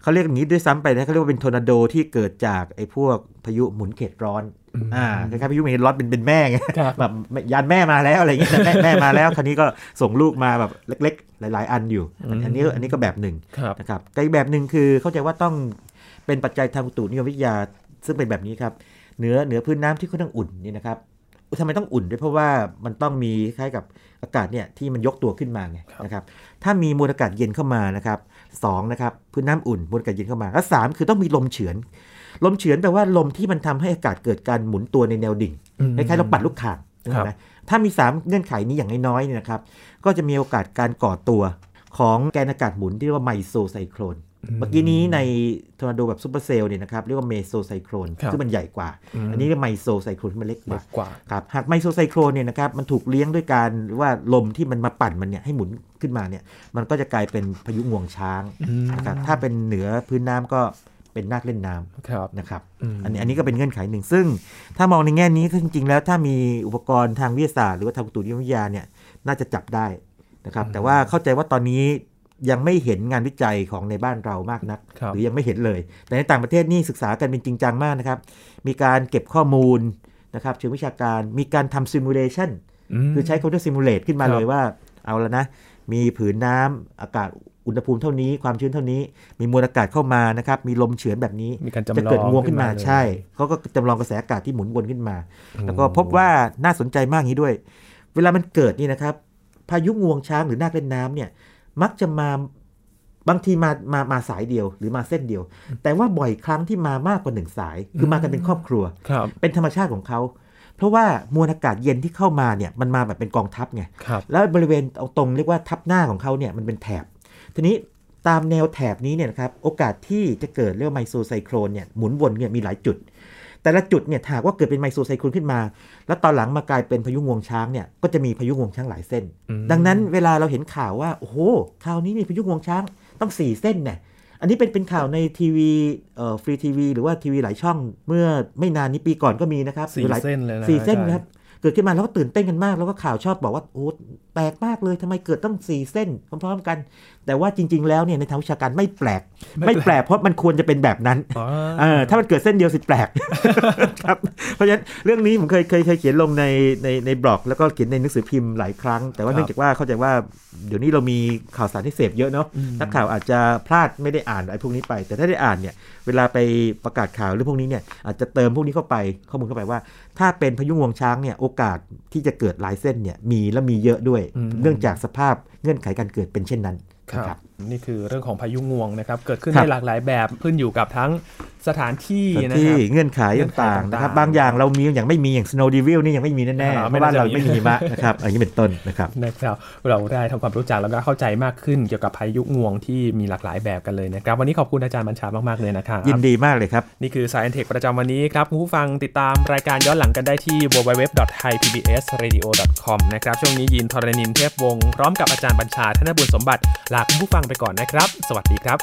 Speaker 2: เขาเรียกอย่างนี้ด้วยซ้ำไปนะเขาเรียกว่าเป็นทอร์นาโดที่เกิดจากไอ้พวกพายุหมุนเขตร้อนอ่าคล้ายๆพายุหมุนเขตร้อนเป็นเป็นแม่ไง
Speaker 1: ครับ
Speaker 2: แบบยานแม่มาแล้วอะไรอย่างเงี้ย แม่แม่มาแล้วคราวนี้ก็ส่งลูกมาแบบเล็ก ๆ หลาย ๆ อันอยู่อันอันนี้อันนี้ก็แบบหนึ่ง
Speaker 1: ครับ
Speaker 2: นะครับก็อีกแบบหนึ่งคือเข้าใจว่าต้องเป็นปัจจัยทางอุตุนิยมวิทยาซึ่งเป็นแบบนี้ครับเหนือเหนือพื้นน้ำที่ค่อนข้างอุ่นนี่นะครับ ทำไมต้องอุ่นด้วยเพราะว่ามันต้องมีคล้ายกับอากาศเนี่ยที่มันยกตัวขึ้นมาไง
Speaker 1: ครับ
Speaker 2: นะครับถ้ามีมวลอากาศเย็นเข้ามานะครับสองนะครับพื้นน้ำอุ่นมวลอากาศเย็นเข้ามาแล้วสามคือต้องมีลมเฉือน ลมเฉือนแปลว่าลมที่มันทำให้อากาศเกิดการหมุนตัวในแนวดิ่ง
Speaker 1: อืม
Speaker 2: คล้ายๆเราปัดลูกข่างนึกออกไหมถ้ามี 3 เงื่อนไขนี้อย่างน้อยๆเนี่ยนะครับ ก็จะมีโอกาสการก่อตัวของแกนอากาศหมุนที่เรียกว่าไมโซไซโครน
Speaker 1: อืม
Speaker 2: เมื่อกี้นี้ในทอร์นาโดแบบซูเปอร์เซลล์เนี่ยนะครับ เรียกว่าเมโซไซโครน
Speaker 1: ครับ
Speaker 2: ซึ่งมันใหญ่กว่า
Speaker 1: อืม
Speaker 2: อันนี้เรียกไมโซไซโครนที่มันเล็กก
Speaker 1: เล็
Speaker 2: ว่า
Speaker 1: กกว่า
Speaker 2: ครับหากไมโซไซโครนเนี่ยนะครับมันถูกเลี้ยงด้วยการว่าลมที่มันมาปั่นมันเนี่ยให้หมุนขึ้นมาเนี่ยมันก็จะกลายเป็นพายุงวงช้าง
Speaker 1: อืม
Speaker 2: นะครับถ้าเป็นเหนือพื้นน้ำก็เป็นนาคเล่นน้ำ
Speaker 1: ครับ
Speaker 2: นะครับ
Speaker 1: อืม
Speaker 2: อันนี้อันนี้ก็เป็นเงื่อนไขหนึ่ง ซึ่งถ้ามองในแง่นี้จริงๆแล้วถ้ามีอุปกรณ์ทางวิทยาศาสตร์หรือว่าทางอุตุนิยมวิทยาเนี่ยน่าจะจับได้นะครับ แต่ว่าเข้าใจว่าตอนนี้ยังไม่เห็นงานวิจัยของในบ้านเรามากนัก
Speaker 1: ครับ
Speaker 2: หรือยังไม่เห็นเลย แต่ในต่างประเทศนี่ศึกษากันเป็นจริงจังมากนะครับ มีการเก็บข้อมูลนะครับเชิงวิชาการมีการทำซิมูเลชัน
Speaker 1: ม
Speaker 2: คือใช้คอมพิวเตอร์ซิมูเลตขึ้นมา
Speaker 1: ครับ
Speaker 2: เลยว่าเอาละนะ มีผืนน้ำอากาศอุณหภูมิเท่านี้ความชื้นเท่านี้ มีมวลอากาศเข้ามานะครับ มีลมเฉือนแบบนี้
Speaker 1: มีการจำลอง
Speaker 2: จะเกิดงวงขึ้นมา
Speaker 1: เลย
Speaker 2: ใช่เขาก็จำลองกระแสอากาศที่หมุนวนขึ้นมา
Speaker 1: อืม
Speaker 2: แล้วก็พบว่าน่าสนใจมากอย่างนี้ด้วย เวลามันเกิดนี่นะครับ พายุงวงช้างหรือนาคเล่นน้ำเนี่ย มักจะมาบางทีมามามาสายเดียวหรือมาเส้นเดียว แต่ว่าบ่อยครั้งที่มามากกว่าหนึ่งสาย คือมากันเป็นครอบครัว
Speaker 1: ครับ
Speaker 2: เป็นธรรมชาติของเขา เพราะว่ามวลอากาศเย็นที่เข้ามาเนี่ยมันมาแบบเป็นกองทัพไง
Speaker 1: ครับ
Speaker 2: แล้วบริเวณเอาตรงเรียกว่าทับหน้าของเขาเนี่ยมันเป็นแถบ ทีนี้ตามแนวแถบนี้เนี่ยนะครับโอกาสที่จะเกิดเรียกว่าไมโซไซโครนเนี่ยหมุนวนเนี่ยมีหลายจุด แต่ละจุดเนี่ยถ้าหากว่าเกิดเป็นไมโซไซโครนขึ้นมา แล้วตอนหลังมากลายเป็นพายุงวงช้างเนี่ยก็จะมีพายุงวงช้างหลายเส้น
Speaker 1: อืม
Speaker 2: ดังนั้นเวลาเราเห็นข่าวว่า โอ้โหคราวนี้มีพายุงวงช้างต้องสี่เส้นเนี่ยอันนี้เป็นเป็นข่าวในทีวีเอ่อฟรีทีวีหรือว่าทีวีหลายช่องเมื่อไม่นานนี้ปีก่อนก็มีนะครับ
Speaker 1: สี่
Speaker 2: หรือหลาย
Speaker 1: เส้นเลยนะ
Speaker 2: สี่เส้น
Speaker 1: อาจาย์
Speaker 2: ครับ เกิดขึ้นมาแล้วก็ตื่นเต้นกันมาก แล้วก็ข่าวชอบบอกว่าโอ้แปลกมากเลยทำไมเกิดต้องสี่เส้นพร้อมๆกัน แต่ว่าจริง ๆ แล้วเนี่ยในทางวิชาการไม่แปลก ไม่แปลกเพราะมันควรจะเป็นแบบนั้น
Speaker 1: อ๋อ
Speaker 2: เออถ้ามันเกิดเส้นเดียวสิแปลก ครับเพราะฉะนั้นเรื่องนี้ผมเคยเคยเคยเขียนลงในในในบล็อก แล้วก็เขียนในหนังสือพิมพ์หลายครั้ง แต่
Speaker 1: ครั
Speaker 2: ว่า
Speaker 1: บ
Speaker 2: เนื่องจากว่าเข้าใจว่าเดี๋ยวนี้เรามีข่าวสารที่เสพเยอะเนาะ
Speaker 1: อืม
Speaker 2: นักข่าวอาจจะพลาดไม่ได้อ่านไอ้พวกนี้ไป แต่ถ้าได้อ่านเนี่ยเวลาไปประกาศข่าวหรือพวกนี้เนี่ยอาจจะเติมพวกนี้เข้าไปข้อมูลเข้าไปว่า ถ้าเป็นพายุงวงช้างเนี่ยโอกาสที่จะเกิดหลายเส้นเนี่ยมีและมีเยอะด้วย
Speaker 1: อืม
Speaker 2: เนื่องจากสภาพเงื่อนไขการเกิดเป็นเช่นนั้น
Speaker 1: ครั
Speaker 2: นะ
Speaker 1: บนี่คือเรื่องของพายุงวงนะครับ เกิดขึ้น
Speaker 2: ครับ
Speaker 1: ในหลากหลายแบบขึ้นอยู่กับทั้งสถานที่
Speaker 2: สถาน
Speaker 1: นะค
Speaker 2: ที่
Speaker 1: รับ
Speaker 2: เงื่อนไข
Speaker 1: เงื่อนไข
Speaker 2: ต่างๆนะครับ
Speaker 1: ต่างๆ
Speaker 2: บางอย่างเรามีอย่างไม่มีอย่าง Snow Devil นี่ยังไม่มี
Speaker 1: อ่า
Speaker 2: แน่ๆเพ
Speaker 1: ไม่
Speaker 2: ราะ
Speaker 1: น่าจะมี
Speaker 2: ว่าเราไม่มีหิมะนะครับอันนี้เป็นต้นนะครับ
Speaker 1: นะครับเราได้ทำความรู้จักแล้วก็เข้าใจมากขึ้นเกี่ยวกับพายุงวงที่มีหลากหลายแบบกันเลยนะครับ วันนี้ขอบคุณอาจารย์บัญชามากๆเลยนะครับ
Speaker 2: ยินดีมากเลยครับ
Speaker 1: นี่คือ Science Tech ประจำวันนี้ครับคุณผู้ฟังติดตามรายการย้อนหลังกันได้ที่ www.thaipbsradio.com นะครับช่วงนี้ยินทรณินเทพวงศ์พร้อมกับอาจารย์บัญชาธนบุญสมบัติลาคุณผู้ฟังไปก่อนนะครับ สวัสดีครับ